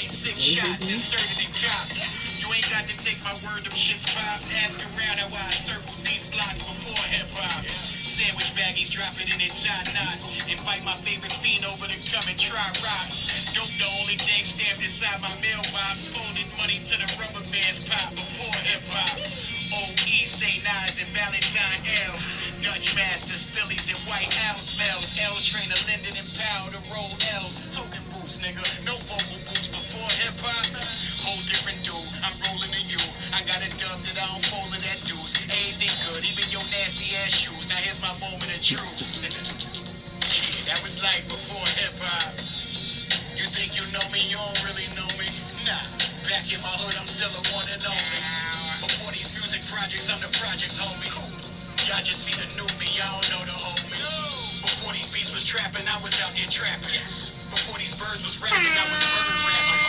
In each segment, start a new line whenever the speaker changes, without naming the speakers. shots and serving and drop. You ain't got to take my word, them shits pop. Ask around how I circle these blocks before hip hop. Sandwich baggies, drop it in their tie knots. Invite my favorite fiend over to come and try rocks. Dope the only thing stamped inside my mailbox. Folded money to the rubber bands pop before Oh, hip hop. Old East St. Nines and Valentine L. Dutch Masters, Phillies and White Owl smells. L Trainer, Linden and Powell to roll L's. Token boots, nigga. No vocal boots before hip hop. Whole different dude. I'm rolling than you. I got a dub that I don't fold to that dudes. Anything good, even your nasty ass shoes. Now here's my moment of truth. yeah, that was like before hip hop. You think you know me, you don't really know me. Nah, back in my hood, I'm still a one and only. Before these music projects, I'm the projects, homie. Y'all just see the new me, y'all don't know the homie. Before these beats was trapping, I was out there trapping. Before these birds was rapping, I was bird rapping.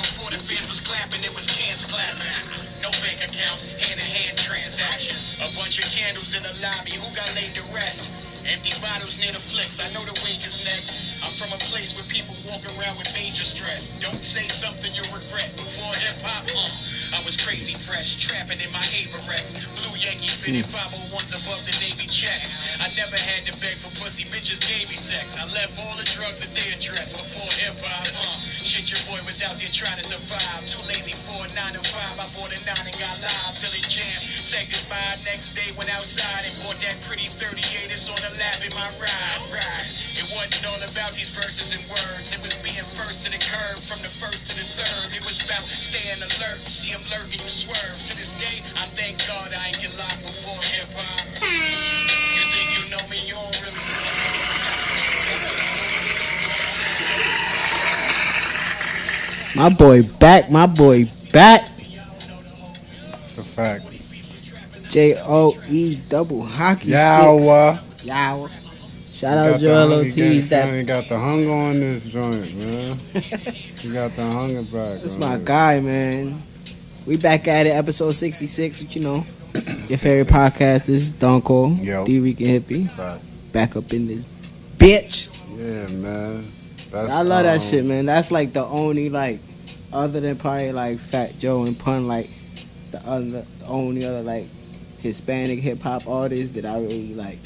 Before the fans was clapping, it was cans clapping. No bank accounts, hand-to-hand transactions. A bunch of candles in the lobby, who got laid to rest? Empty bottles near the flicks, I know the wink is next. I'm from a place where people walk around with major stress. Don't say something you'll regret before hip-hop. Uh, I was crazy fresh, trapping in my Averex. Blue Yankee fitted 501s above the Navy checks. I never had to beg for pussy, bitches gave me sex. I left all the drugs that they addressed before hip-hop. Uh, shit, your boy was out there trying to survive. Too lazy for a 9 to 5. I bought a 9 and got live till it jammed. Said goodbye next day, went outside and bought that pretty 38. It's on the lap in my ride, ride. It wasn't all about these verses and words. It was being first to the curb, from the first to the third. It was about staying alert. You see 'em lurking, you swerve. To this day, I thank God I ain't get locked before hip hop. You think you know me, you don't really know me.
My boy back, my boy back.
It's a fact.
J O E double hockey sticks.
Yawa.
Yow. Shout
Got
out
the
Joel
hunger gang,
Ortiz.
son.
That,
He got the hunger on this joint, man. You got the hunger back.
that's
on
my
it.
guy, man. We back at it, episode 66, which you know. Your favorite podcast. This is Don Cole,
Yo.
D Week and Hippie.
Fact.
Back up in this bitch.
Yeah, man. That's,
I love that
um,
shit, man. That's like the only, like, other than probably like Fat Joe and Pun, like, the other, the only other, like, Hispanic hip hop artist that I really, like,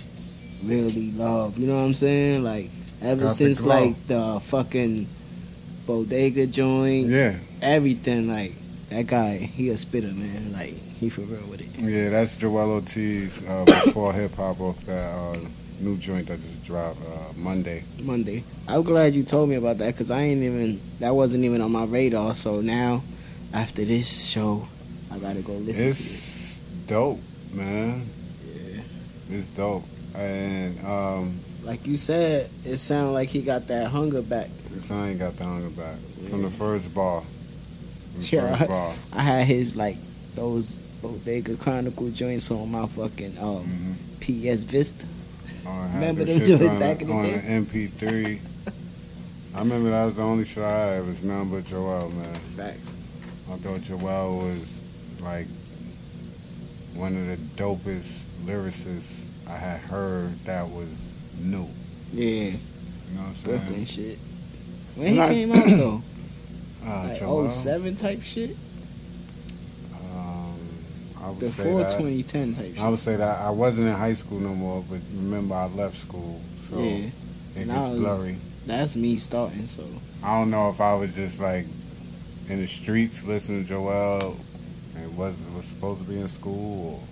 really love. You know what I'm saying? Like, ever
Got the
since,
glow.
like, the fucking bodega joint,
Yeah,
everything, like, that guy, he a spitter, man. Like, he for real with it.
yeah. That's Joel Ortiz uh, before hip hop off that uh, new joint that just dropped uh, Monday.
Monday. I'm glad you told me about that because I ain't even, that wasn't even on my radar. So now, after this show, I gotta go listen to it.
It's dope, man.
Yeah.
It's dope, and um,
Like you said, it sounded like he got that hunger back.
it's, I ain't got the hunger back from
Yeah.
the first bar. From the
Yeah.
first bar.
I had his like those Bodega Chronicle joints on my fucking um
Mhm.
PS Vista.
Oh, I had
Remember
them
them
shits
joints
on,
back in the
on
day?
an MP3. I remember that was the only shit I had was none but Joel, man.
Facts.
I thought Joel was like one of the dopest lyricists I had heard that was new.
Yeah,
You know what I'm
Brooklyn
saying?
shit. When he
Like-
came out though,
Uh,
like
Joel,
oh seven type shit,
um, I would say
before
that.
2010 type
I
shit.
would say that I wasn't in high school no more, but remember I left school, so
yeah,
it
and
gets
I was-
blurry.
that's me starting. So
I don't know if I was just like in the streets listening to Joel and was was supposed to be in school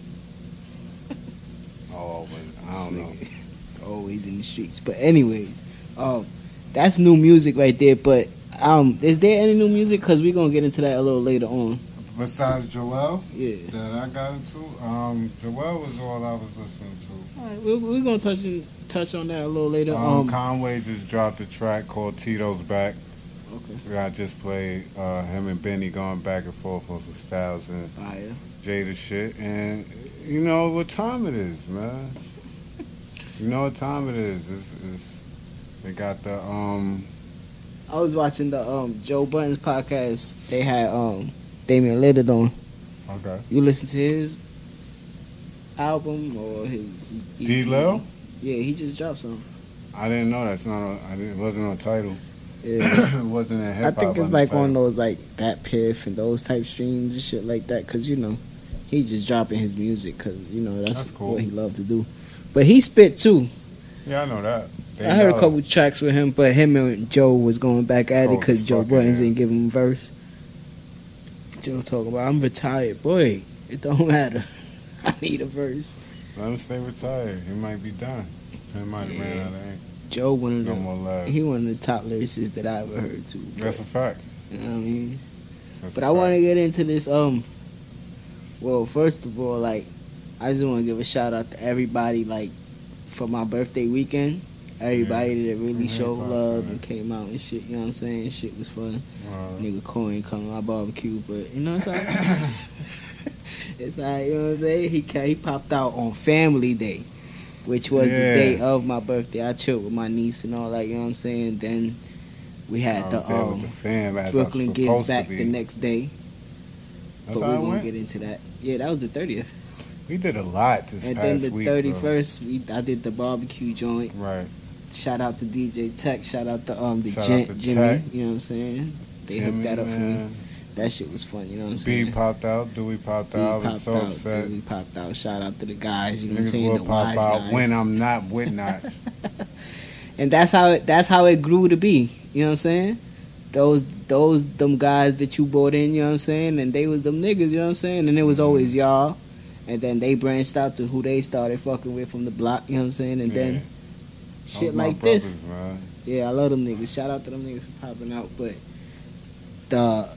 or or was, I don't know.
know. Always in the streets, but anyways, um, that's new music right there. But um, is there any new music? Cause we gonna get into that a little later on.
Besides Joel
Yeah.
that I got into, um, Joel was all I was listening to.
All right, we're, we're gonna touch touch on that a little later.
Um,
Um,
Conway just dropped a track called Tito's Back.
okay,
that I just played uh, him and Benny going back and forth on some styles and
fire.
Jada shit, and you know what time it is, man. You know what time it is. It's, it's they got the um
I was watching the um Joe Buttons podcast. They had um Damian Lillard on.
okay
You listen to his album or his EP?
D Lil.
Yeah, he just dropped some.
I didn't know that's not on, I didn't, it wasn't on title.
Yeah.
wasn't in hip
I
hop.
think it's
on
like
the
on
title.
those like that piff and those type streams and shit like that. Cause you know, he just dropping his music. Cause you know that's,
That's cool.
what he loved to do. But he spit too.
Yeah, I know that. They
I heard
know.
a couple tracks with him, but him and Joe was going back at it
Oh,
because Joe
fucking
Buttons
yeah.
didn't give him a verse. Joe talk about I'm retired, boy. It don't matter. I need a verse.
Let him stay retired. He might be done. He might have ran
Yeah.
out of ink.
Joe one of
No
the
more love.
he one of the top lyricists that I ever heard too.
That's a fact.
You know what I mean?
That's
But
a
I want to
fact.
get into this. Um, well, first of all, like, I just want to give a shout out to everybody, like, for my birthday weekend. Everybody that really
Mhm,
showed
fuck,
love
man.
and came out and shit. You know what I'm saying? Shit was fun.
Well,
Nigga Corey ain't come to my barbecue, but you know it's alright. it's alright. You know what I'm saying? He ca- he popped out on Family Day, which was
Yeah.
the day of my birthday. I chilled with my niece and all that. You know what I'm saying? Then we had
I was
the
there with
um,
the fam as I
Brooklyn
was
Gives
supposed
Back
to be.
the next day.
That's
but
how
we're
I
gonna
went.
get into that. Yeah, that was the thirtieth.
We did a lot this
And then
past
the
week. bro.
thirty first we I did the barbecue joint.
Right.
Shout out to DJ Tech, shout out to um the
Shout out
gent
to
Jimmy.
Tech.
You know what I'm saying? They
Jimmy,
hooked that up for me.
man.
That shit was fun, you know what I'm saying?
B popped out. Dewey popped
We
out. I
popped
was so
out,
upset.
dude. We popped out. Shout out to the guys, you know what I'm
Niggas
saying? The
will pop
wise
out
guys.
when I'm not with Notch.
and that's how it that's how it grew to be. You know what I'm saying? Those those them guys that you brought in, you know what I'm saying? And they was them niggas, you know what I'm saying? And it was
Mm-hmm.
always y'all. And then they branched out to who they started fucking with from the block, you know what I'm saying? And
Yeah.
then
Those
shit
my
like this.
brothers, Man.
Yeah, I love them niggas. Shout out to them niggas for popping out. But the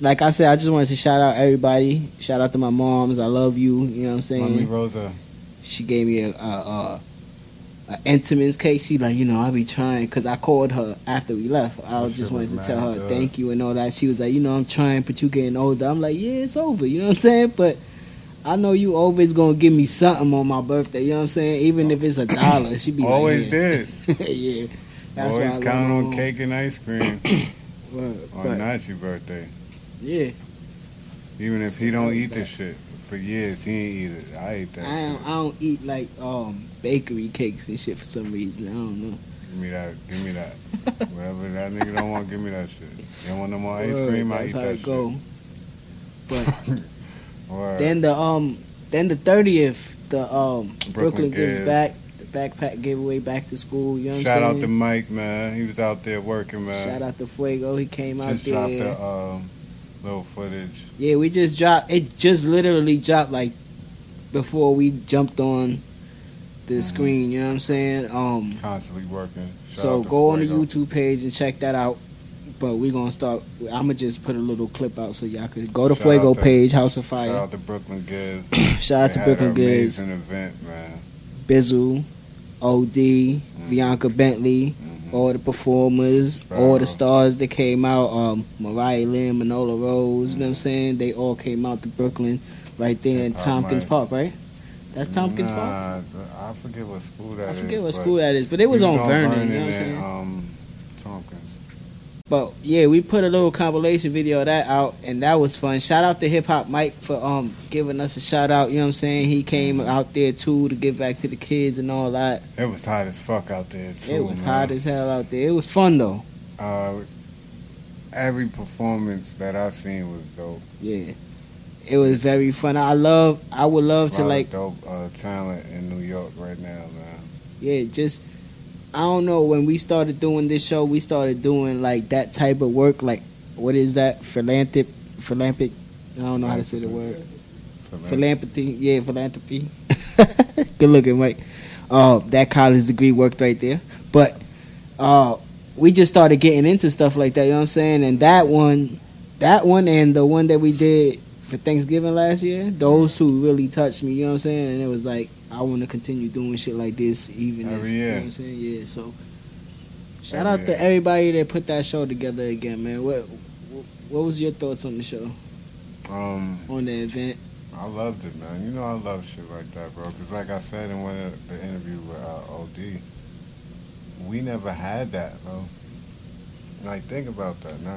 like I said, I just wanted to shout out everybody. Shout out to my moms. I love you. You know what I'm saying?
Mommy Rosa.
she gave me a, a, a, a intimates cake. She like, you know, I be trying because I called her after we left. I
That
was
shit
just wanted
was
to
mad
tell her
good.
thank you and all that. She was like, you know, I'm trying, but you getting older. I'm like, yeah, it's over. You know what I'm saying? But I know you always gonna give me something on my birthday. You know what I'm saying? Even if it's a dollar, she be
Always
like,
did.
yeah. did. yeah. That's why I
Always
love
count
my
on
mom.
cake and ice cream
Word.
on
But,
Notch's birthday.
yeah,
Even if
Shit
he don't
like
eat
that.
this shit for years, he ain't eat it. I ate that
I don't, I don't eat like um bakery cakes and shit for some reason. I don't know.
shit. Give me that. Give me that. Whatever that nigga don't want, give me that shit. You don't want no more ice
Word.
cream? I eat
That's how
that
it go.
shit.
But
Word.
Then the um, then the thirtieth, the um, Brooklyn,
Brooklyn
gives
Gives.
back the backpack giveaway back to school. You know what
Shout
I'm
out to
saying?
Mike, man. He was out there working, man.
Shout out to Fuego. He came
Just
out
dropped
there.
the um, little footage.
Yeah, we just dropped. It just literally dropped like before we jumped on the
Mhm.
screen. You know what I'm saying? Um,
Constantly working. Shout
so
out to
go on the
Fuego.
YouTube page and check that out. But we're gonna start. I'm gonna just put a little clip out so y'all could go to
Shout
Fuego
out to-
page, House of
Shout
Fire.
out to Brooklyn Gives.
Shout out to
They had
Brooklyn
an
Gibbs,
Amazing event, man. Mm-hmm.
Bizzle, OD, Bianca Bentley.
Mhm.
all the performers, all the stars that came out, um, Mariah Lynn, Manola Rose, you know what I'm saying? They all came out to Brooklyn right there in
Hip Hop
Tompkins
Mike.
Park, right? That's Tompkins Park?
nah, I forget what school that
I
is.
forget what
but
school that is, but it was,
we
on, Vernon, you know what I'm
and,
saying?
Um, Tompkins.
But yeah, we put a little compilation video of that out, and that was fun. Shout out to Hip Hop Mike for um giving us a shout out. You know what I'm saying? He came
Mm.
out there too to give back to the kids and all that.
It was hot as fuck out there too.
it was
man.
hot as hell out there. It was fun though.
Uh, every performance that I seen was dope.
Yeah, it was very fun. I love. I would love
There's
to
a lot
like
of dope uh, talent in New York right now, man.
yeah, just I don't know. When we started doing this show, we started doing like that type of work. Like, what is that? Philanthropic, philanthropic. I don't know how to say the word. Philanthropy. Yeah, philanthropy. Good looking, Mike. Uh, that college degree worked right there. But uh, we just started getting into stuff like that. You know what I'm saying? And that one, that one, and the one that we did for Thanksgiving last year, those two really touched me. You know what I'm saying? And it was like I want to continue doing shit like this, even
Every
if, You know
year.
what I'm saying? Yeah. So shout
Every
out
year.
to everybody that put that show together again, man. What what- what was your thoughts on the show,
Um,
on the event?
I loved it, man. You know I love shit like that, bro. Because like I said in one of the interview with uh, OD, we never had that, bro. Like think about that, now.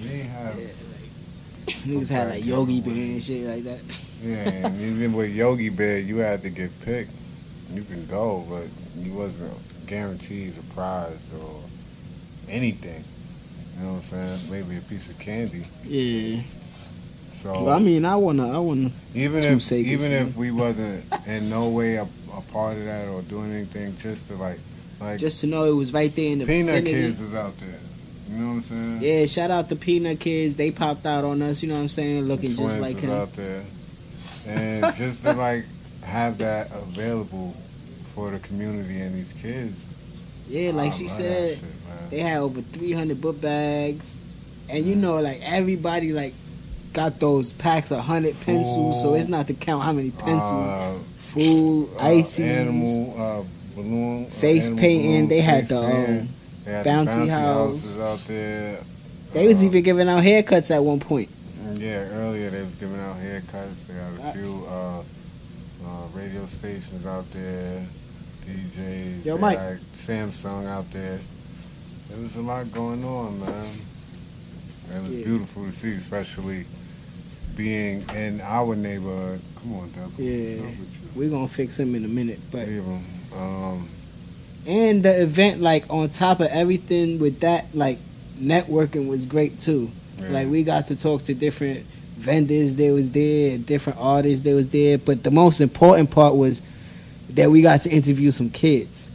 We ain't have
Yeah, like, niggas had like Yogi
Back in the
Band and shit like that.
yeah, and even with Yogi Bear, you had to get picked. You can go, but you wasn't guaranteed a prize or anything. You know what I'm saying? Maybe a piece of candy.
Yeah.
So
But I mean, I wanna, I wanna.
even
Two
if
Segas,
even
man.
if we wasn't in no way a, a part of that or doing anything, just to like like
Just to know it was right there in the
peanut
vicinity.
kids is out there. You know what I'm saying?
Yeah, shout out to Peanut Kids. They popped out on us. You know what I'm saying? Looking
Twins
just like
is
him.
out there, and just to like have that available for the community and these kids.
Yeah,
I
like she
love that
said,
shit, man.
they had over 300 book bags, and you know, like everybody like got those packs of hundred pencils. So
Full.
it's not to count how many pencils.
Uh,
Food,
uh,
ices,
animal uh, balloon, uh,
face
animal
painting.
balloons,
They had
face
the.
painting.
Um,
They had the
bouncy house.
bouncy houses out there.
they was
Uh,
even giving out haircuts at one point.
Yeah, earlier they was giving out haircuts. They had a
Facts.
few uh, uh, radio stations out there, DJs.
Yo,
they
Mike.
had Samsung out there. There was a lot going on, man. It was
Yeah.
beautiful to see, especially being in our neighborhood. Come on, Doug.
Yeah.
What's up with you?
We're gonna fix him in a minute, but
Leave 'em. Um,
and the event like on top of everything with that like networking was great too.
yeah.
Like we got to talk to different vendors they was there, different artists they was there. But the most important part was that we got to interview some kids.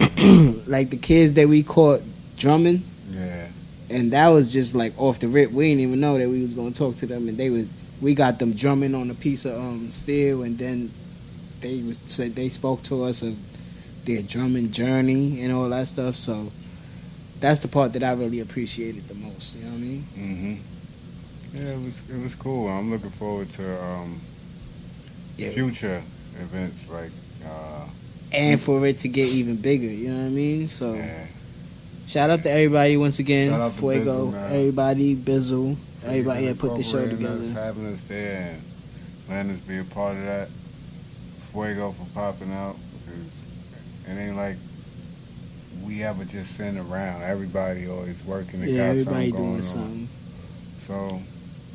like the kids that we caught drumming
yeah.
and that was just like off the rip. We didn't even know that we was gonna talk to them and they was we got them drumming on a piece of um steel and then they was said they spoke to us of their drumming journey and all that stuff. So that's the part that I really appreciated the most. You know what I mean?
hmm
Mm-hmm.
Yeah, it was it was cool. I'm looking forward to um,
Yeah.
future events like. Uh,
and for it to get even bigger. You know what I mean? So
yeah.
shout out to everybody once again.
Shout out to
Fuego,
Bizzle, man.
everybody, Bizzle, everybody that put the show
Incorporating us,
together.
Having us there and letting us be a part of that. Fuego for popping out because it ain't like we ever just sitting around. Everybody always working and
Yeah,
got
everybody
something going
doing
on.
something.
So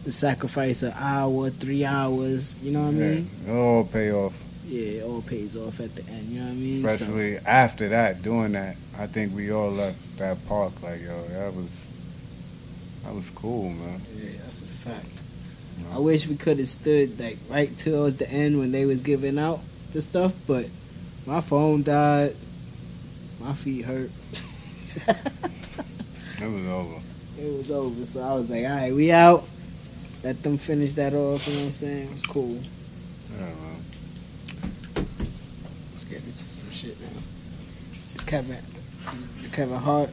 The sacrifice of hour, three hours. You know what I
yeah,
mean?
it'll all pay off.
Yeah, it all pays off at the end. You know what I mean? So,
Especially after that, doing that, I think we all left that park like yo, that was that was cool, man.
yeah, that's a fact.
Yeah.
I wish we could have stood like right towards the end when they was giving out the stuff, but my phone died. My feet hurt.
It was over.
it was over. So I was like, all right, we out. Let them finish that off. You know what I'm saying? It was cool.
Yeah, man.
Let's get into some shit now. Kevin, the Kevin Hart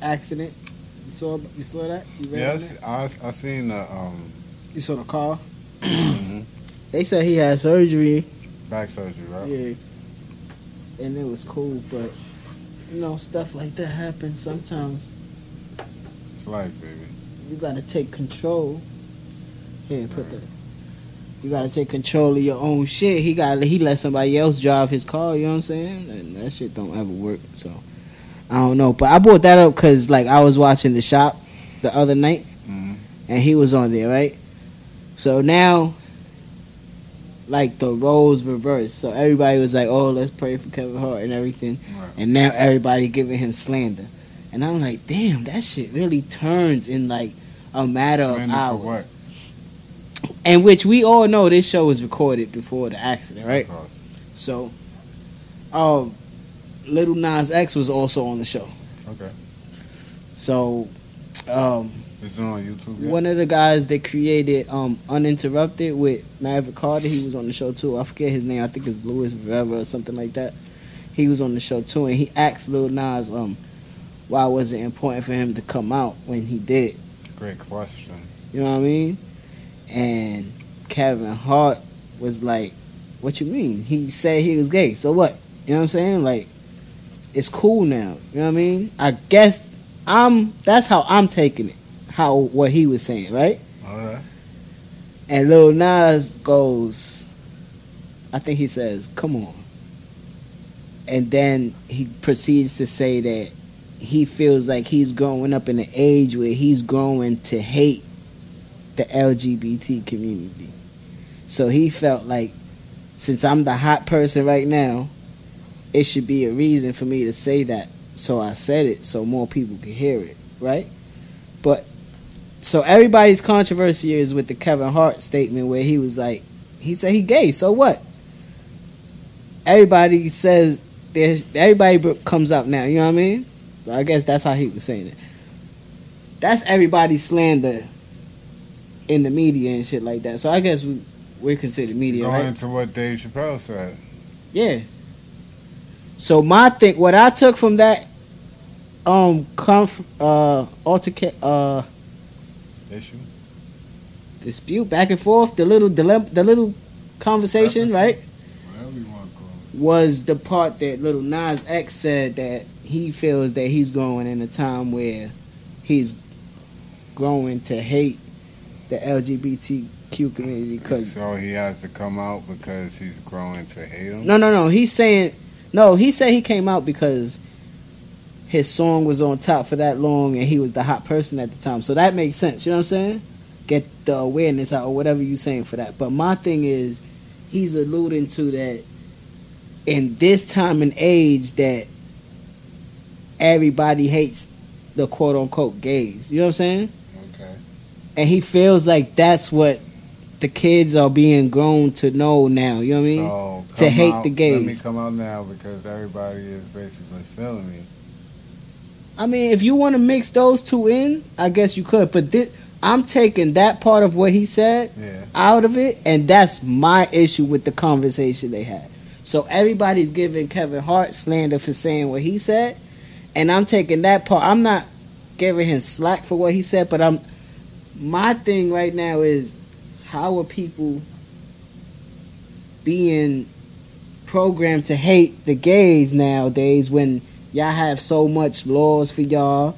accident. You saw? You saw that? You read
Yeah,
on that?
I, s- I seen the um
You saw the car? Mm-hmm. They said he had surgery.
back surgery, right?
Yeah. And it was cool, but you know, stuff like that happens sometimes.
It's life, baby.
you gotta take control. Here, put that. You gotta take control of your own shit. He got he let somebody else drive his car. You know what I'm saying? And that shit don't ever work. So I don't know. But I brought that up because like I was watching the shop the other night
Mhm.
and he was on there, right? So now, like the roles reversed. So everybody was like, "Oh, let's pray for Kevin Hart and everything,"
Right.
and now everybody giving him slander. And I'm like, "Damn, that shit really turns in like a matter of
Slander for
hours."
what?
And which we all know this show was recorded before the accident, right?
Of course.
So, um, Little Nas X was also on the show.
Okay.
So, um,
Is it on YouTube yet?
One of the guys that created um, Uninterrupted with Maverick Carter, he was on the show too. I forget his name. I think it's Louis Rivera or something like that. He was on the show too, and he asked Lil Nas um, why was it important for him to come out when he did.
Great question.
You know what I mean? And Kevin Hart was like, "What you mean? He said he was gay. So what? You know what I'm saying? Like, it's cool now. You know what I mean? I guess I'm. That's how I'm taking it. How what he was saying, right?
All right.
And Lil Nas goes, I think he says, come on. And then he proceeds to say that he feels like he's growing up in an age where he's growing to hate the LGBT community. So he felt like, since I'm the hot person right now, it should be a reason for me to say that so I said it so more people could hear it, right? But so everybody's controversy is with the Kevin Hart statement where he was like, he said he gay, so what? Everybody says there's everybody b- comes up now, you know what I mean? So I guess that's how he was saying it. That's everybody's slander in the media and shit like that. So I guess we we're considered media,
Going
right?
into what Dave Chappelle said.
Yeah. So my thing, what I took from that, um, conf, uh, alterca- uh,
Issue.
dispute back and forth, the little dilemma, the little conversation,
Discrepancy.
right?
Whatever you want to call it.
was the part that little Nas X said that he feels that he's growing in a time where he's growing to hate the LGBTQ community because
So he has to come out because he's growing to hate him.
no no no he's saying no he said he came out because his song was on top for that long and he was the hot person at the time so that makes sense you know what I'm saying get the awareness out or whatever you saying for that but my thing is he's alluding to that in this time and age that everybody hates the quote unquote gays. You know what I'm saying?
Okay.
And he feels like that's what the kids are being grown to know now. You know what I mean?
So
to
come
hate
out-
the
Let me
gays.
come out now because everybody is basically feeling me.
I mean, if you want to mix those two in, I guess you could. But this, I'm taking that part of what he said
Yeah.
out of it, and that's my issue with the conversation they had. So everybody's giving Kevin Hart slander for saying what he said, and I'm taking that part. I'm not giving him slack for what he said, but I'm my thing right now is how are people being programmed to hate the gays nowadays when y'all have so much laws for y'all?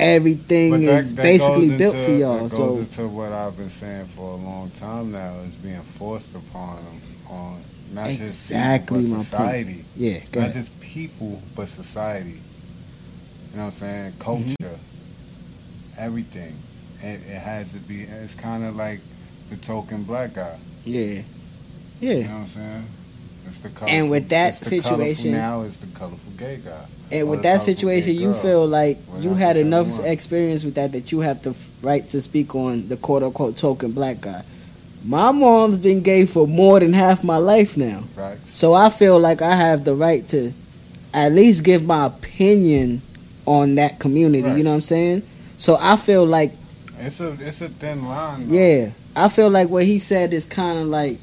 Everything
But
is basically built for y'all.
That goes
so
into what I've been saying for a long time now is being forced upon them on not
Exactly
just
my
people, but
point.
society.
yeah, go
Not
ahead.
just people, but society. You know what I'm
Mm-hmm.
saying? Culture, everything. It, it has to be. It's kind of like the token black guy.
yeah, yeah.
You know what I'm saying? It's the colorful,
And with that
it's the colorful
situation-
now it's the colorful gay guy.
And
Or
with
the
that
colorful gay
situation, you
girl.
feel like
Well,
you
that's
had
the same
enough
one.
experience with that that you have the f- right to speak on the quote unquote token black guy. My mom's been gay for more than half my life now.
Facts.
So I feel like I have the right to at least give my opinion on that community. You
Right.
know what I'm saying? So I feel like,
It's a it's a thin line. though.
yeah, I feel like what he said is kind of like,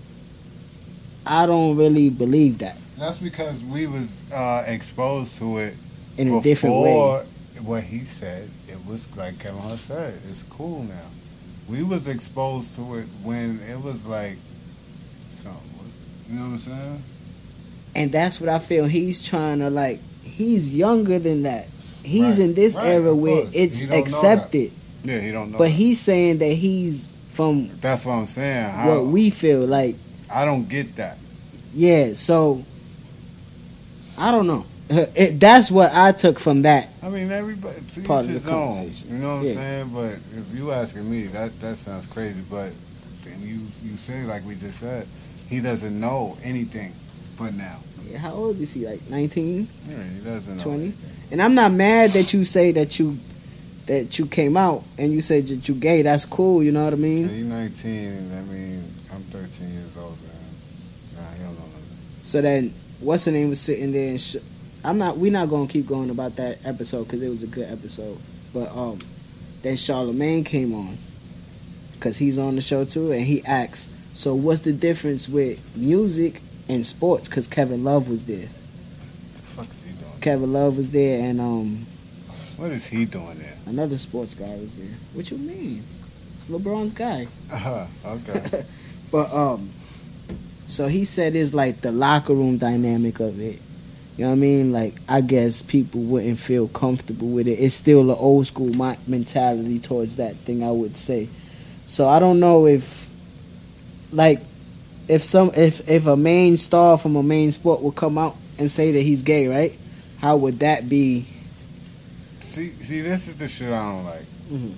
I don't really believe that
That's because we was uh, exposed to it
in a
before
different way.
what he said. It was like Kevin Hart said. It's cool now. We was exposed to it when it was like something. You know what I'm saying?
and that's what I feel he's trying to like. He's younger than that. He's
Right.
in this
Right,
era
of
where
course.
it's
He don't know
accepted,
Yeah, he don't know.
but
that.
he's saying that he's from
That's what I'm saying. How,
what we feel like.
I don't get that.
Yeah, so I don't know. It, that's what I took from that.
I mean, everybody to
Part
each
of
his
the
own.
conversation.
You know what
Yeah.
I'm saying? But if you asking me, that that sounds crazy. But then you you say like we just said, he doesn't know anything. But now,
How old is he? Like nineteen?
Yeah, he doesn't know.
20?
anything.
And I'm not mad that you say that you that you came out and you said that you gay. That's cool. You know what I mean?
He 19, and I mean, I'm 13 years old, man. Nah, he don't know nothing.
So then, what's her name was sitting there. And sh- I'm not. We're not gonna keep going about that episode because it was a good episode. But um, then Charlemagne came on because he's on the show too, and he asks, "So what's the difference with music and sports?" Because Kevin Love was there.
What the fuck is he doing?
Kevin Love was there, and um,
What is he doing there?
another sports guy was there. What you mean? It's LeBron's guy.
Uh, okay.
But um, so he said it's like the locker room dynamic of it. You know what I mean? Like I guess people wouldn't feel comfortable with it. It's still the old school mi- mentality towards that thing. I would say. So I don't know if, like, if some if if a main star from a main sport would come out and say that he's gay, right? How would that be?
see, see, this is the shit I don't like.
Mhm.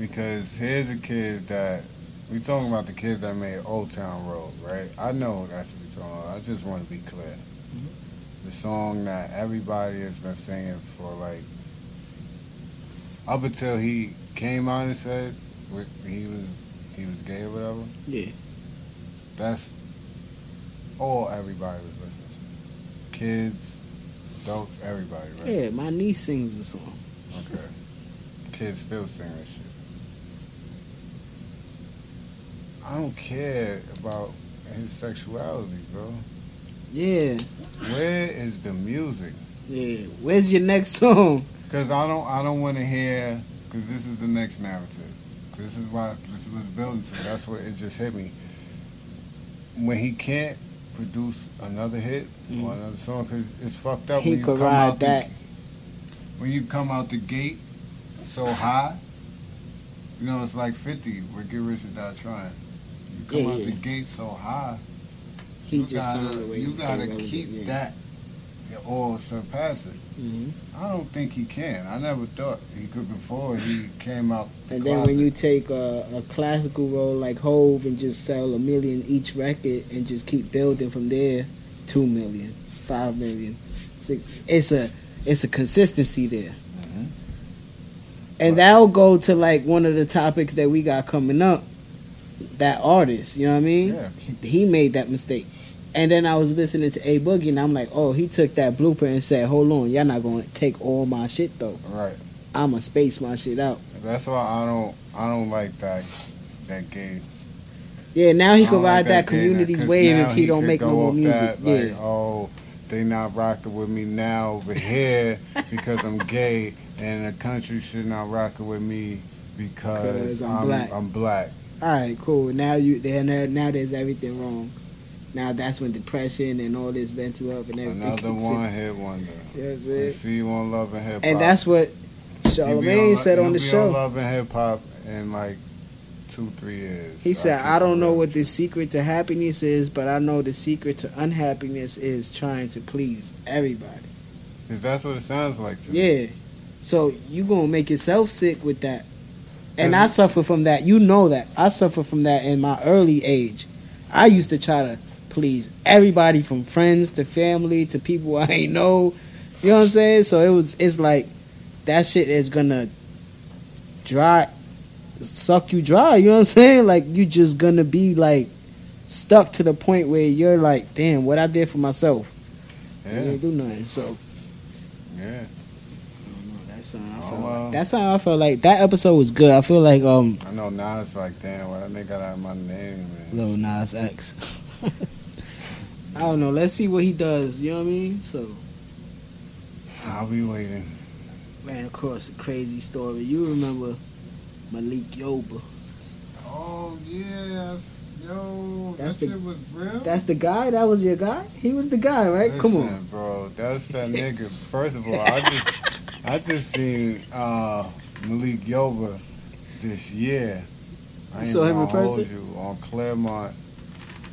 Because here's a kid that we talking about the kid that made Old Town Road, right? I know that's what we talking about. I just want to be clear. the song that everybody has been singing for like up until he came out and said wh- he was he was gay or whatever.
Yeah.
That's all everybody was listening to. Kids, adults, everybody, right?
Yeah, my niece sings the song.
Okay. Kids still sing this shit. I don't care about his sexuality, bro.
Yeah.
Where is the music?
Yeah. Where's your next song?
Cause I don't, I don't want to hear. Cause this is the next narrative. 'Cause This is why this was building to. That's what it just hit me. When he can't produce another hit or
Mhm.
another song, cause it's fucked up.
He
when you
could
come
ride
out the-
that.
when you come out the gate so high, you know, it's like 50 with Get Rich or Die Trying. You come
Yeah,
out
yeah.
the gate so high,
He
you
just found
gotta,
a way
you
to
gotta
stay
keep
relevant, yeah.
that or surpass it.
Mhm.
I don't think he can. I never thought he could before he came out the
And then
closet.
when you take a, a classical role like Hove and just sell a million each record and just keep building from there, two million, five million, six. It's a it's a consistency there.
Mhm.
And that'll go to like one of the topics that we got coming up. That artist, you know what I mean?
Yeah.
He made that mistake. And then I was listening to A Boogie and I'm like, oh, he took that blueprint and said, hold on, y'all not gonna take all my shit though.
Right.
I'ma space my shit out.
That's why I don't, I don't like that, that gate.
Yeah, now he
I don't
can
like
ride that,
gate now,
community's
'cause
wave if
now
he, don't
could
make no
go
more
off
music.
that, Like,
yeah.
oh, they not rocking with me now over here because I'm gay, and the country should not rocking with me because
'Cause I'm
I'm, I'm
black.
black.
All right, cool. Now you there now, now there's everything wrong. Now that's when depression and all this venture up and everything.
Another
kicks in.
one hit wonder.
You know what I'm
They
saying?
see you on Love and Hip Hop.
And that's what
You'll be
Charlemagne
Lo-
said on
you'll
the
be
show.
Love and Hip Hop in like two, three years.
He said,
keep
I don't
it
know
real
what
with
the secret to happiness is, but I know the secret to unhappiness is trying to please everybody.
you." 'Cause that's what it sounds like to me.
Yeah. So you gonna make yourself sick with that. And I
Does it-
suffer from that. You know that. I suffer from that in my early age. I used to try to please everybody from friends to family to people I ain't know. You know what I'm saying? So it was it's like that shit is gonna dry suck you dry, you know what I'm saying? Like you just gonna be like stuck to the point where you're like, damn, what I did for myself. I
Yeah.
didn't do nothing. So
Yeah.
that's how I
Oh,
felt.
well.
That's how I felt like that episode was good. I feel like um
I know now it's like, damn, why they got out my name, man?
Lil Nas X. I don't know. Let's see what he does. You know what I mean? So
I'll be waiting.
ran across a crazy story. You remember Malik Yoba?
Oh yes, yo,
That's
that
the-
shit was real.
That's the guy. That was your guy. He was the guy, right? Come
Listen,
on.
bro. That's that nigga. First of all, I just I just seen uh, Malik Yoba this year. I ain't
saw him
gonna
in person?
hold You on Claremont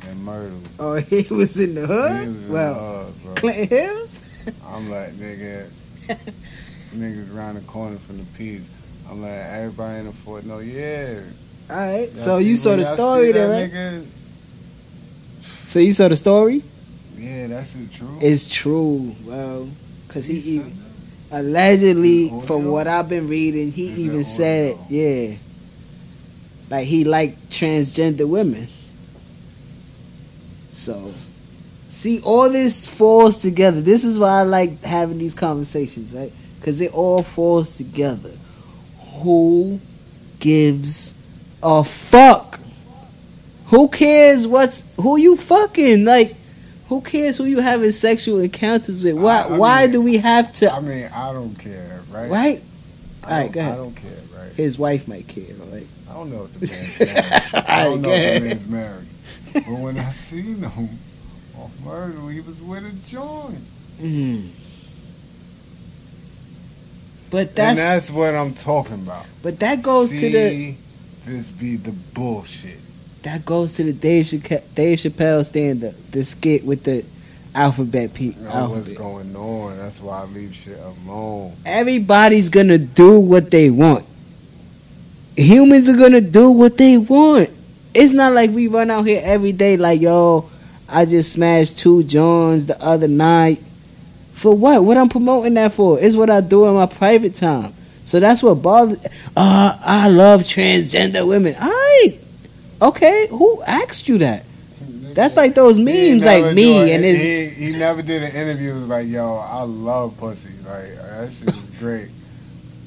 and Myrtle.
Oh, he was in the
He
hood.
was in
Well,
the hood, bro.
Clinton Hills.
I'm like nigga, niggas around the corner from the peas. I'm like everybody in the fort. No, yeah.
All right.
Y'all
So
see-
you saw
when
the
y'all see
story
that
there, right?
nigga?
So you saw the story?
Yeah, that shit true.
It's true. Well, cause he
He said
even allegedly,
Is it
from
audio?
what I've been reading, he
Is it
even said it.
audio?
Yeah. Like he liked transgender women. So, see, all this falls together. This is why I like having these conversations, right? Because it all falls together. Who gives a fuck? Who cares what's who you fucking like? Who cares who you having sexual encounters with? Why?
I- I
why
mean-
do we have to?
I mean, I don't care, right?
Right?
I
All right,
don't-
go ahead.
I don't care, right?
His wife might care, right?
I don't know if the man's married. I
All right,
don't know
go
if
ahead.
the man's married. But when I seen him on murder, he was with a joint.
Mm. But
and
that's,
that's what I'm talking about.
but that goes to the
See, this be the bullshit.
that goes to the Dave Chappelle, Dave Chappelle stand up, the skit with the alphabet pe
You know Oh, what's
alphabet.
going on. That's why I leave shit alone.
Everybody's gonna do what they want. Humans are gonna do what they want. It's not like we run out here every day like yo, I just smashed two Johns the other night. For what? What I'm promoting that for? It's what I do in my private time. So that's what bothers. Uh, I love transgender women. All right, okay. Who asked you that? That's like those
He
memes,
never
like me
do-
and his.
he, he never did an interview. Was like, yo, I love pussy. Like that shit was great.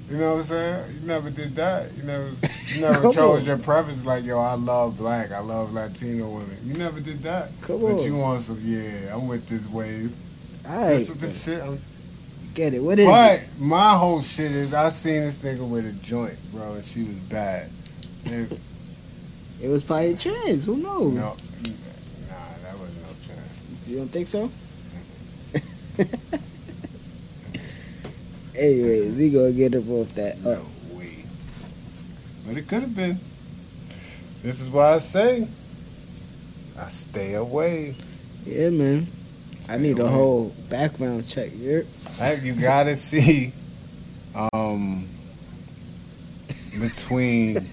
You know what I'm saying? You never did that. You never, you never
Come
chose
on.
your preference. Like, yo, I love black. I love Latino women. You never did that.
Come
But you
on,
want some? Yeah, I'm with this wave.
all
That's
right,
what this shit. I'm
get it. What is it?
but my whole shit is I seen this nigga with a joint, bro, and she was bad. And,
It was probably trans. Who
no,
knows?
nah, that wasn't no chance.
You don't think so? Anyways, we gonna get up off that. Uh,
No way. But it could have been. This is why I say I stay away.
yeah, man. I need a
away.
whole background check. You're,
Like, you gotta see um between
said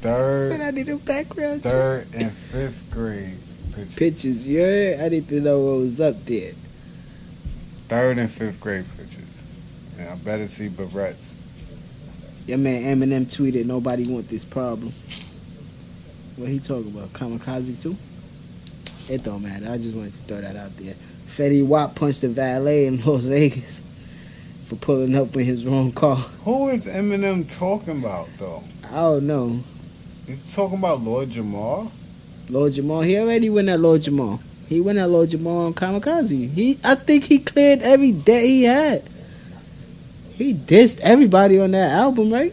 third
I need a background check.
third and fifth grade. Picture.
Pictures, yeah. I need to know what was up there.
Third and fifth grade pictures. And I better see barrettes.
Your man Eminem tweeted, "Nobody want this problem." What he talking about? Kamikaze too? It don't matter. I just wanted to throw that out there. Fetty Wap punched a valet in Las Vegas for pulling up in his wrong car.
Who is Eminem talking about though?
I don't know.
He's talking about Lord Jamal.
Lord Jamal. He already went at Lord Jamal. He went at Lord Jamal on Kamikaze. He, I think he cleared every debt he had. He dissed everybody on that album, right?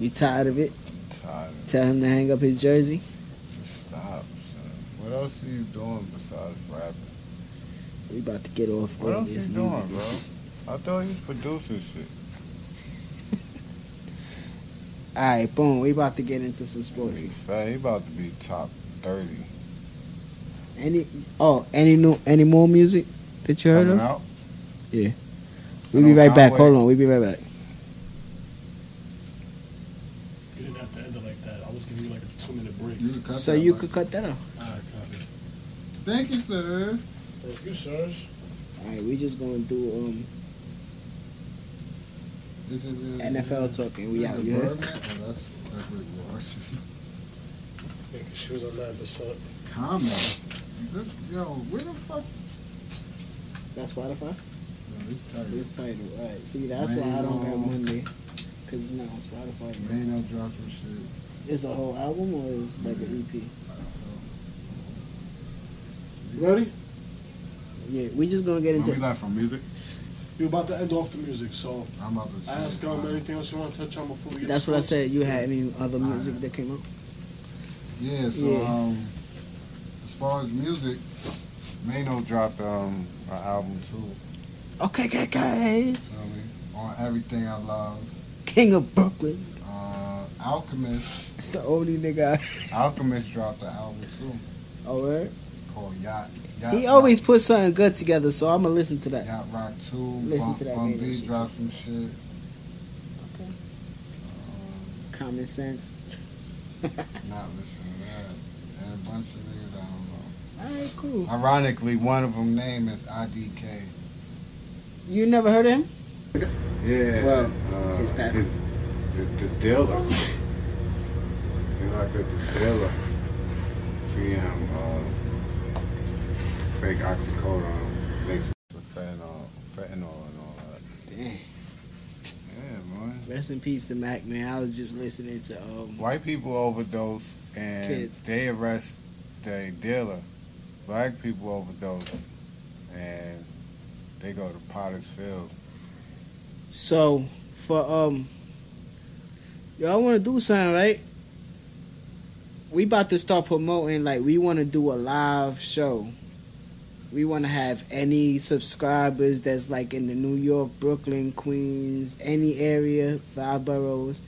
You tired of it?
Tired.
Tell him to hang up his jersey.
Just stop, son. What else are you doing besides rapping?
We about to get off.
What
all
else
this
you doing,
music.
bro? I thought you was producing shit.
All right, boom. We about to get into some sports.
He fat. He about to be top thirty.
Any? Oh, any new? Any more music that you heard of?
Coming out.
We'll be
on
right back.
Conway.
Hold on. We'll be right back.
You didn't have to end it like that. I was giving you like a two minute break.
So you could cut that off.
All right, copy.
Thank you, sir.
Thank you, sirs.
All right, we just gonna do um.
uh,
NFL talking. We out. You heard?
Oh,
Making shoes on nine percent.
Comment. Yo, where the fuck?
That's Spotify. This title. All right. See, that's why I don't got Monday, cause it's not on Spotify. yet.
Man, I dropped some shit.
It's a whole album or it's like an E EP.
Ready?
Yeah, we just gonna get
When we
into.
left from music,
You're about to end off the music, so
I'm about to
I
say-
ask um anything else you want to touch on before we get.
That's what I said. You had any other music that came out?
Yeah, so
Yeah.
um as far as music, Mano dropped um an album too,
Okay, okay, okay.
feel me? On Everything I Love.
King of Brooklyn.
Uh Alchemist.
It's the only nigga. I-
Alchemist dropped an album too
Oh, word?
called Yacht. Yacht
He always puts something good together, so I'ma listen to
Rock,
that.
Yacht Rock Two.
Listen
Bum-
to that
Bum
Mano
B
shit,
dropped some shit.
Okay. Common sense.
Not listening to that. And a bunch of niggas I don't
All right, cool.
know. Ironically, one of them name is IDK.
You never heard of him?
Yeah.
Well,
uh,
his past-
his- the, the dealer. You know, like the dealer. She um, uh, fake oxycodone, makes with fentanyl, fentanyl and all that.
Damn.
Yeah, man.
Rest in peace to Mac, man. I was just listening to um.
White people overdose and
Kids.
they arrest the dealer. Black people overdose and they go to Potter's Field.
So for um, y'all want to do something, right? We about to start promoting. Like we want to do a live show. We want to have any subscribers that's like in the New York, Brooklyn, Queens, any area, five boroughs.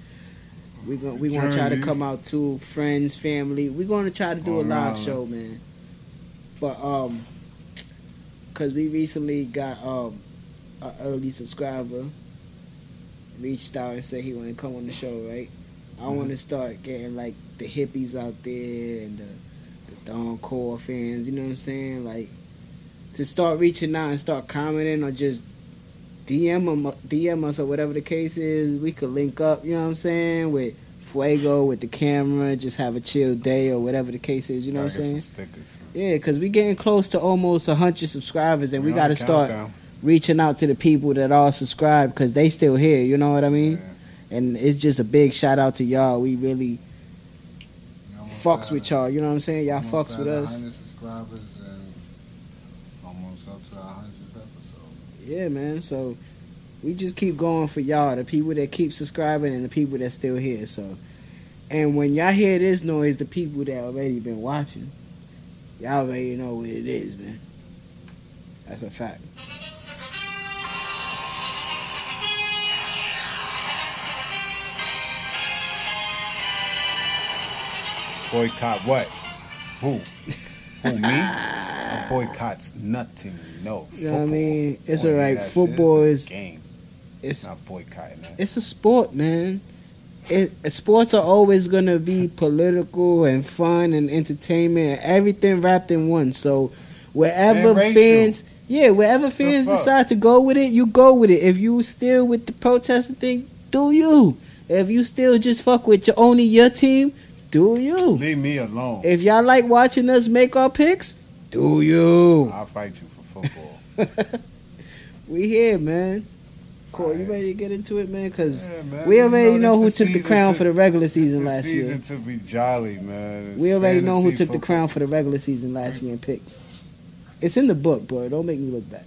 We going we want to try to
Jersey.
come out to friends, family. We're going to try to do a
Long
live
Island.
show, man. But um, cause we recently got um, an early subscriber reached out and said he want to come on the show, right? I want to start getting like the hippies out there and the the Thorncore fans, you know what I'm saying? Like, to start reaching out and start commenting or just DM, 'em- DM us or whatever the case is, we could link up, you know what I'm saying? With Fuego, with the camera, just have a chill day or whatever the case is, you know
Gotta
what I'm
get some
saying?
stickers.
Yeah, because we getting close to almost 100 subscribers and we
We're
got
on
to
the
start
countdown.
reaching out to the people that are subscribed because they still here. You know what I mean?
Yeah.
And it's just a big shout out to y'all. We really
We almost
fucks
had
with
a-
y'all. You know what I'm saying? Y'all
almost
fucks
had
with us.
100 subscribers and almost up to our 100th episode.
Yeah, man. So we just keep going for y'all, the people that keep subscribing and the people that still here. So, and when y'all hear this noise, the people that already been watching, y'all already know what it is, man. That's a fact.
Boycott what? Who? Who me? I boycotts nothing. No.
You know what I
football.
meing? It's
Only
alright.
that shit
Football is
a game.
it's
Not boycotting that.
it's a sport, man. It, sports are always gonna be political and fun and entertainment and everything wrapped in one. So wherever
And racial.
fans, yeah, wherever fans
fuck?
decide to go with it, you go with it. If you still with the protesting thing, do you? If you still just fuck with your only your team, do you?
Leave me alone.
If y'all like watching us make our picks, do you?
I'll fight you for football.
We here, man. Cool, you
Alright.
ready to get into it, man? Cause
Yeah, man,
we
you
already
know
know who
this the
took the
season
crown
to-
for the regular season
It's the
last year.
season to be jolly, man. It's
We already know who
fantasy
took the
football.
crown for the regular season last year in picks. It's in the book, bro. Don't make me look back.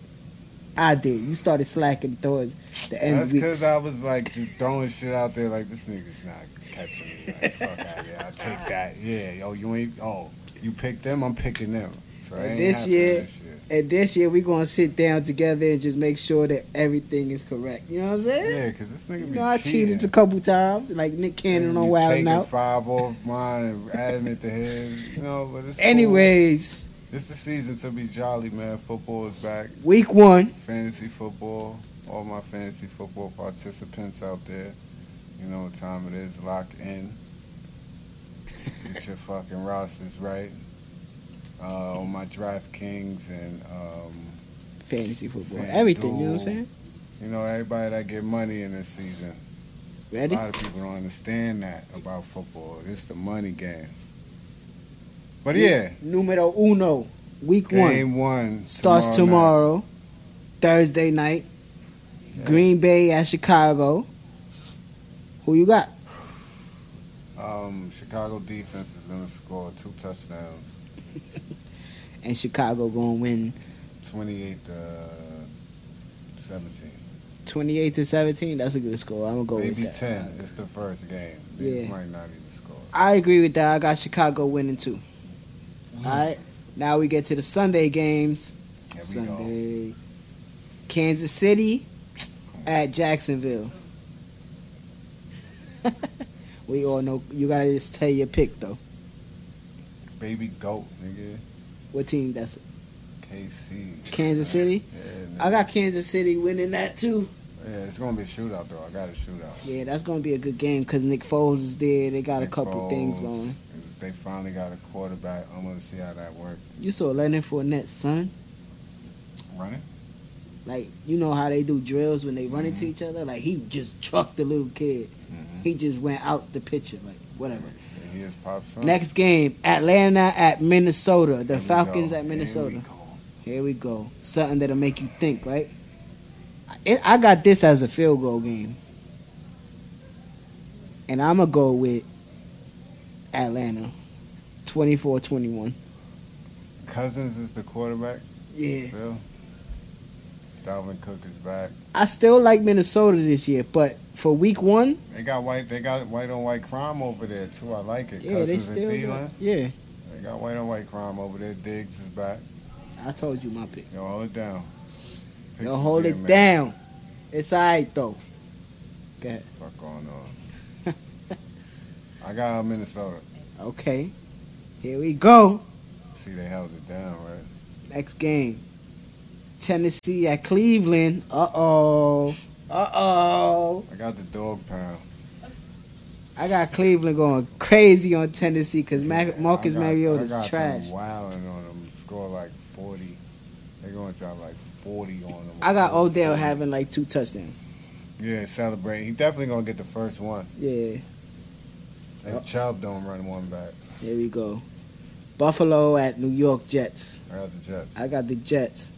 I did. You started slacking towards the end
That's
of weeks.
because I was like just throwing shit out there, like this nigga's not catching me. Like, fuck out here, I take that. Yeah, yo, you ain't. Oh, you pick them, I'm picking them. So it
And
ain't
this
happening
year-
this year.
and this year, we're going to sit down together and just make sure that everything is correct. You know what I'm saying?
Yeah, because this nigga
you
be
know, I
cheating.
cheated a couple times, like Nick Cannon
And
on
you
Wild
taking
Now.
five off mine and adding it to his. You know, but it's cool.
Anyways,
It's the season to be jolly, man. Football is back.
week one.
Fantasy football. All my fantasy football participants out there. You know what time it is. Lock in. Get your fucking rosters right. Uh, on my DraftKings and um,
Fantasy football.
Fan
Everything, you know what I'm saying?
duel. you know everybody that get money in this season. A
Ready?
lot of people don't understand that about football. It's the money game. But yeah,
Numero uno. Week one.
game one
starts
night.
tomorrow, Thursday night. Green Bay at Chicago. Who you got?
Um, Chicago defense is gonna score two touchdowns,
And Chicago gonna win
twenty-eight to seventeen,
28 to 17. That's a good score. I'm gonna go
maybe
with that.
ten. It's the first game. They
Yeah.
might not even score.
I agree with that. I got Chicago winning too. All right. Now we get to the Sunday games.
Here Mm. we go.
Sunday, Kansas City at Jacksonville. we all know you gotta just tell your pick though.
Baby goat, nigga.
What team that's
KC.
Kansas City?
Yeah, nigga.
I got Kansas City winning that too.
Yeah, it's gonna be a shootout though. I got a shootout.
Yeah, that's gonna be a good game because Nick Foles is there. They got
Nick
a couple
Foles,
things going.
is- They finally got a quarterback. I'm gonna see how that works.
You saw Leonard Fournette's son.
Running.
Like you know how they do drills when they run into each other. Like he just trucked the little kid. He just went out the picture. Like whatever.
And he is pop son.
Next game, Atlanta at Minnesota. The
Here we
Falcons
go.
at
Here we
Minnesota.
go.
Here we go. Something that'll make you think, right? I, I got this as a field goal game. And I'm going to go with Atlanta 24 21.
Cousins is the quarterback.
Yeah.
Still. Dalvin Cook is back.
I still like Minnesota this year, but for week one,
They got white. They got white on white crime over there too. I like it.
yeah, they
Cousins
still.
and
got-
Thielen.
yeah.
They got white on white crime over there. Diggs is back.
I told you my pick.
Yo, hold it down. Picks
Yo,
is
hold
being
it
made.
down. It's all right, though.
Fuck on on. I got Minnesota.
Okay. Here we go.
See, they held it down, right?
Next game. Tennessee at Cleveland. Uh oh. Uh oh.
I got the dog pound.
I got Cleveland going crazy on Tennessee because
Yeah,
Marcus
I got-
Mariota
I got
is trash.
Them wilding on them, score like forty. They're gonna drop like forty on them.
I got Odell having like two touchdowns.
Yeah, celebrate. He definitely gonna get the first one.
Yeah,
If Chubb don't run one back,
there we go. Buffalo at New York Jets.
I got the Jets.
I got the Jets.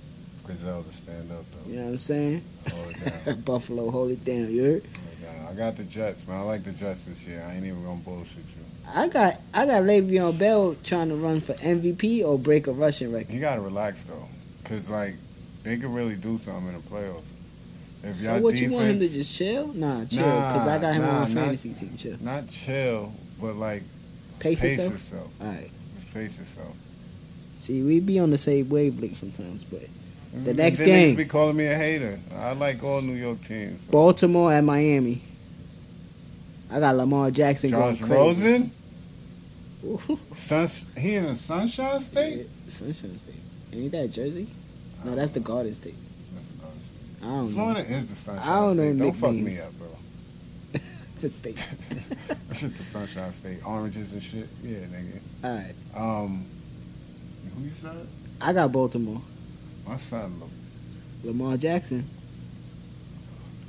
Griselda stand up though.
You know what I'm saying?
Hold it down.
Buffalo, hold it down. You heard?
Hold it down. Oh, I got the Jets, man. I like the Jets this year. I ain't even gonna bullshit you.
I got I got Le'Veon Bell trying to run for MVP or break a rushing record.
You gotta relax though, cause like they could really do something in the playoffs. If
So
y'all
what
defense,
you want him to just chill? Nah, chill. Cause I got him
Nah,
on my
nah,
fantasy team. Chill.
not chill, but like
Pace,
pace
yourself.
yourself.
All right.
Just pace yourself.
See, we be on the same wavelength sometimes, but The next
Them
game.
niggas be calling me a hater. I like all New York teams.
Baltimore at Miami. I got Lamar Jackson
Josh
going crazy.
Rosen,
Ooh,
Suns, he in the Sunshine State.
Sunshine State. Ain't that Jersey? No, that's the Garden State.
That's another state.
I don't know.
Florida is the Sunshine
I don't know
State. Don't fuck me
nicknames.
up, bro.
The state.
That shit the Sunshine State. Oranges and shit. Yeah, nigga.
All right.
Um, who you said?
I got Baltimore.
My son. Look,
Lamar Jackson.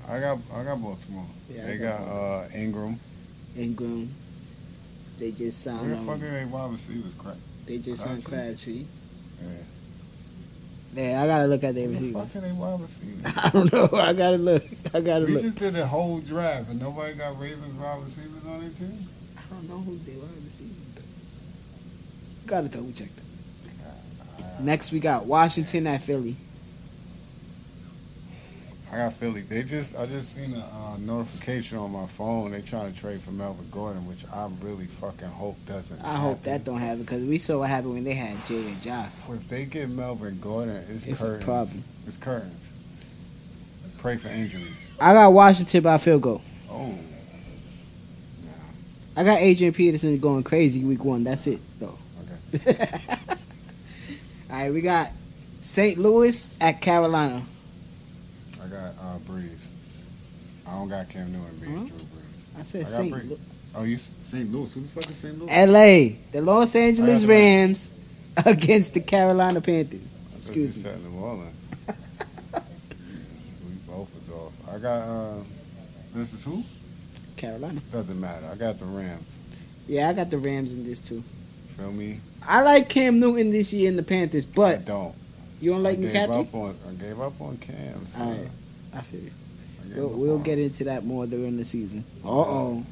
I got I got Baltimore.
Yeah, I
they
got
got, uh, Ingram.
Ingram. They just
Where
signed
the fuck are
um,
they wide receivers? Crap.
They just signed Crabtree.
Yeah.
Yeah, I gotta look at their
Where the
receivers.
fuck are they wide receivers?
I don't know. I gotta look. I gotta
We
look.
just did a whole draft and nobody got Ravens wide receivers on their team.
I don't know who they were receivers. though. Gotta double check them. Next, we got Washington at Philly.
I got Philly. They just I just seen a uh, notification on my phone. They trying to trade for Melvin Gordon, which I really fucking hope doesn't.
I hope that
happen.
don't happen because we saw what happened when they had Jay and Ja.
If they get Melvin Gordon, it's,
It's
curtains.
a problem.
It's curtains. Pray for injuries.
I got Washington by field goal.
Oh,
I got Adrian Peterson going crazy week one. That's it though. All right, we got St. Louis at Carolina.
I got uh, Breeze. I don't got Cam Newton being
Hmm?
Drew Brees.
I
I
said
got
St.
Brady.
Lu-
Oh, you St. Louis? Who the fuck is St. Louis?
L.A. The Los Angeles
the Rams.
Rams against the Carolina Panthers.
I thought you
Excuse me.
said New Orleans. we both was off. I got. Uh, this is who?
Carolina.
Doesn't matter. I got the Rams.
Yeah, I got the Rams in this too.
Feel me?
I like Cam Newton this year in the Panthers,
I
but
don't.
you don't like
I gave
McCaffrey?
up on. I gave up on Cam. son.
All right. I feel you.
I gave
We'll,
up
we'll
on
get into that more during the season. Uh oh.
him.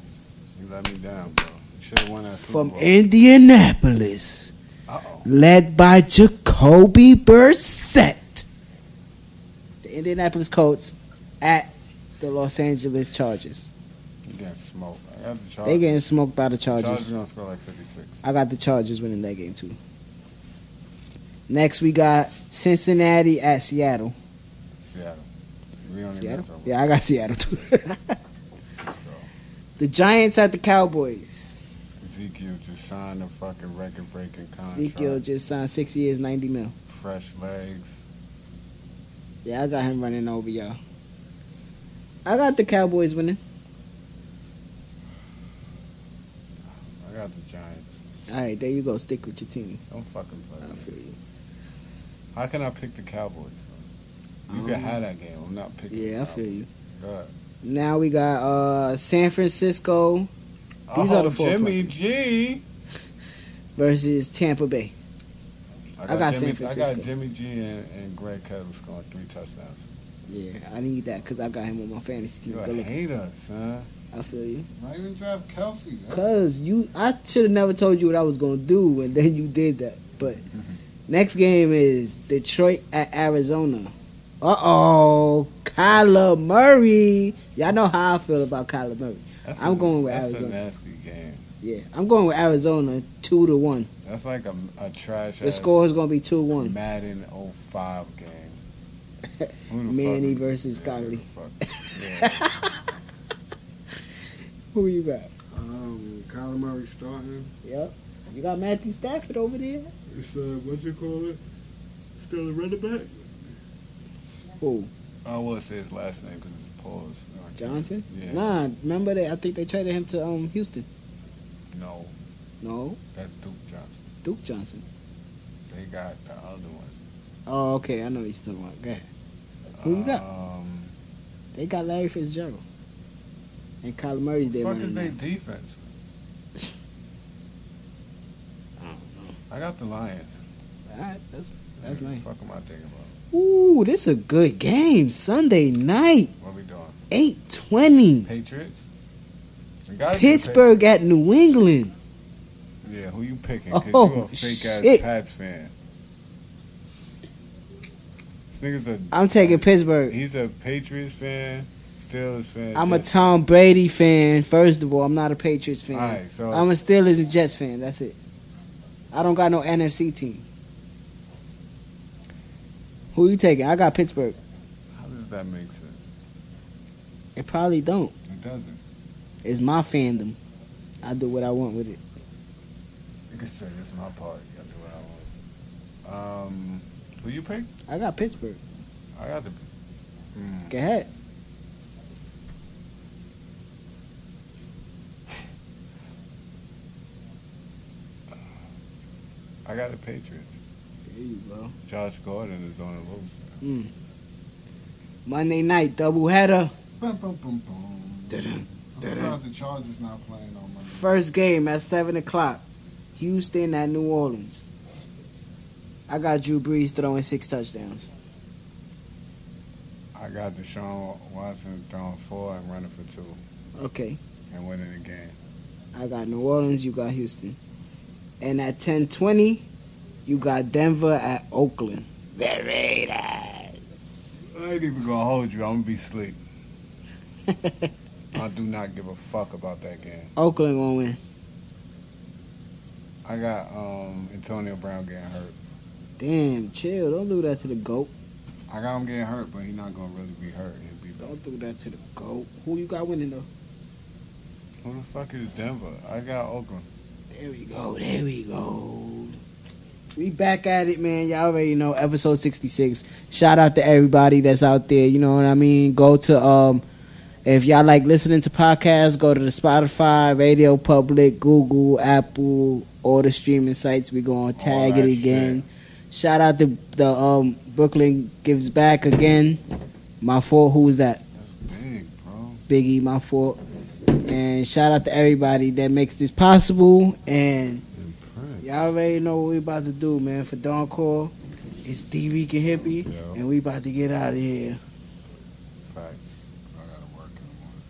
You let me down, bro. Should have won that Super
From
Bowl.
Indianapolis,
Uh oh.
led by Jacoby Brissett. The Indianapolis Colts at the Los Angeles Chargers.
You getting smoked. I got the Chargers.
They getting smoked by the
Chargers
Chargers.
gonna score like 56.
I got the Chargers winning that game too. Next we got Cincinnati at Seattle.
Seattle. We don't even
Seattle?
have trouble.
Yeah, I got Seattle too.
Let's go.
the Giants at the Cowboys.
Ezekiel just signed a fucking record-breaking contract.
Ezekiel just signed six years, ninety mil.
Fresh legs.
Yeah, I got him running over y'all. I got the Cowboys winning.
I got the Giants.
All right, there you go. Stick with your team.
Don't fucking play.
I
with me.
feel you.
How can I pick the Cowboys? bro? You can
Um,
have that game. I'm not picking.
Yeah,
the
I feel you.
Cowboys. God.
Now we got uh San Francisco These
oh,
are the four
Jimmy G.
versus Tampa Bay.
I
I got San
Jimmy, I
Francisco.
got Jimmy G and, and Greg Cutter scoring three touchdowns.
Yeah, I need that because I got him on my fantasy
You
team.
a
Good luck.
hater, son.
I feel you.
Not even draft Kelsey.
Cause you, I should have never told you what I was gonna do, and then you did that. But
Mm-hmm.
next game is Detroit at Arizona. Uh oh, Kyler Murray. Y'all know how I feel about Kyler Murray.
That's
I'm going with
that's
Arizona.
a nasty game.
Yeah, I'm going with Arizona two to one.
That's like a, a trash.
The score is gonna be two one.
Madden 05 game. Who the
Manny
fuck-
versus
yeah, who
Conley.
the fuck- yeah.
Who you got?
um, Kyler Murray starting.
Yep. You got Matthew Stafford over there.
It's uh, what's it called? Still a running back.
Who?
I will say his last name because it's Pause. No, I can't.
Johnson?
Yeah.
Nah, remember that? I think they traded him to um Houston.
No,
No,
that's Duke Johnson.
Duke Johnson.
They got the other one.
Oh, okay. I know he's still on. Go ahead. Who you got?
Um,
They got Larry Fitzgerald. And Kyler Murray's there
fuck
running
is they
now.
defense? I got the Lions.
Alright, that's that's
What the
nice.
Fuck am I thinking about?
Ooh, this is a good game. Sunday night,
What we doing?
eight twenty.
Patriots. It gotta be the
Pittsburgh at New England.
Patriots. Yeah, who you picking? Cause you
Oh,
a fake ass
shit.
Pats fan. This nigga's a.
I'm taking Pittsburgh.
He's a Patriots fan, Steelers fan.
I'm a
Jets-
Tom Brady fan. First of all, I'm not a Patriots fan.
Alright, so-
I'm a Steelers and Jets fan. That's it. I don't got no NFC team. Who you taking? I got Pittsburgh.
How does that make sense?
It probably don't.
It doesn't.
It's my fandom. I do what I want with it.
You can say it's my party. I do what I want. Um, who you pick?
I got Pittsburgh.
I got the. Mm,
Go ahead.
I got the Patriots.
There you go.
Josh Gordon is on a loose.
Mm. Monday night doubleheader.
Boom, boom, boom, boom.
Da-dum,
I
da-dum.
realize the Chargers not playing on Monday.
First game at seven o'clock. Houston at New Orleans. I got Drew Brees throwing six touchdowns.
I got Deshaun Watson throwing four and running for two
Okay.
and winning the game.
I got New Orleans. You got Houston. And at ten twenty, you got Denver at Oakland. The Raiders.
I ain't even gonna hold you. I'm gonna be asleep. I do not give a fuck about that game.
Oakland gonna win.
I got um, Antonio Brown getting hurt.
Damn, chill. Don't do that to the goat.
I got him getting hurt, but he's not gonna really be hurt. He'll be back.
Don't do that to the goat. Who you got winning though?
Who the fuck is Denver? I got Oakland.
There we go. There we go. We back at it, man. Y'all already know episode 66. Shout out to everybody that's out there. You know what I mean? Go to um if y'all like listening to podcasts, go to the Spotify, Radio Public, Google, Apple, all the streaming sites. We going to tag
that
it again. Shout out to the um Brooklyn gives back again. My fault. Who was that?
That's big, bro.
Biggie, my fault. And shout out to everybody that makes this possible. And y'all already know what we about to do, man. For Dawn Call, it's D Week and Hippie,
Yeah.
and we about to get out of here.
Facts. I gotta work in the morning.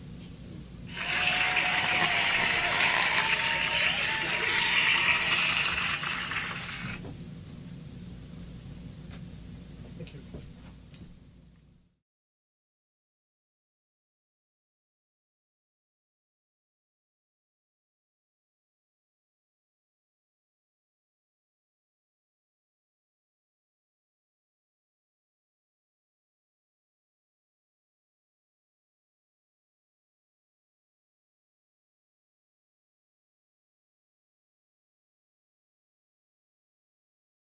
Thank you.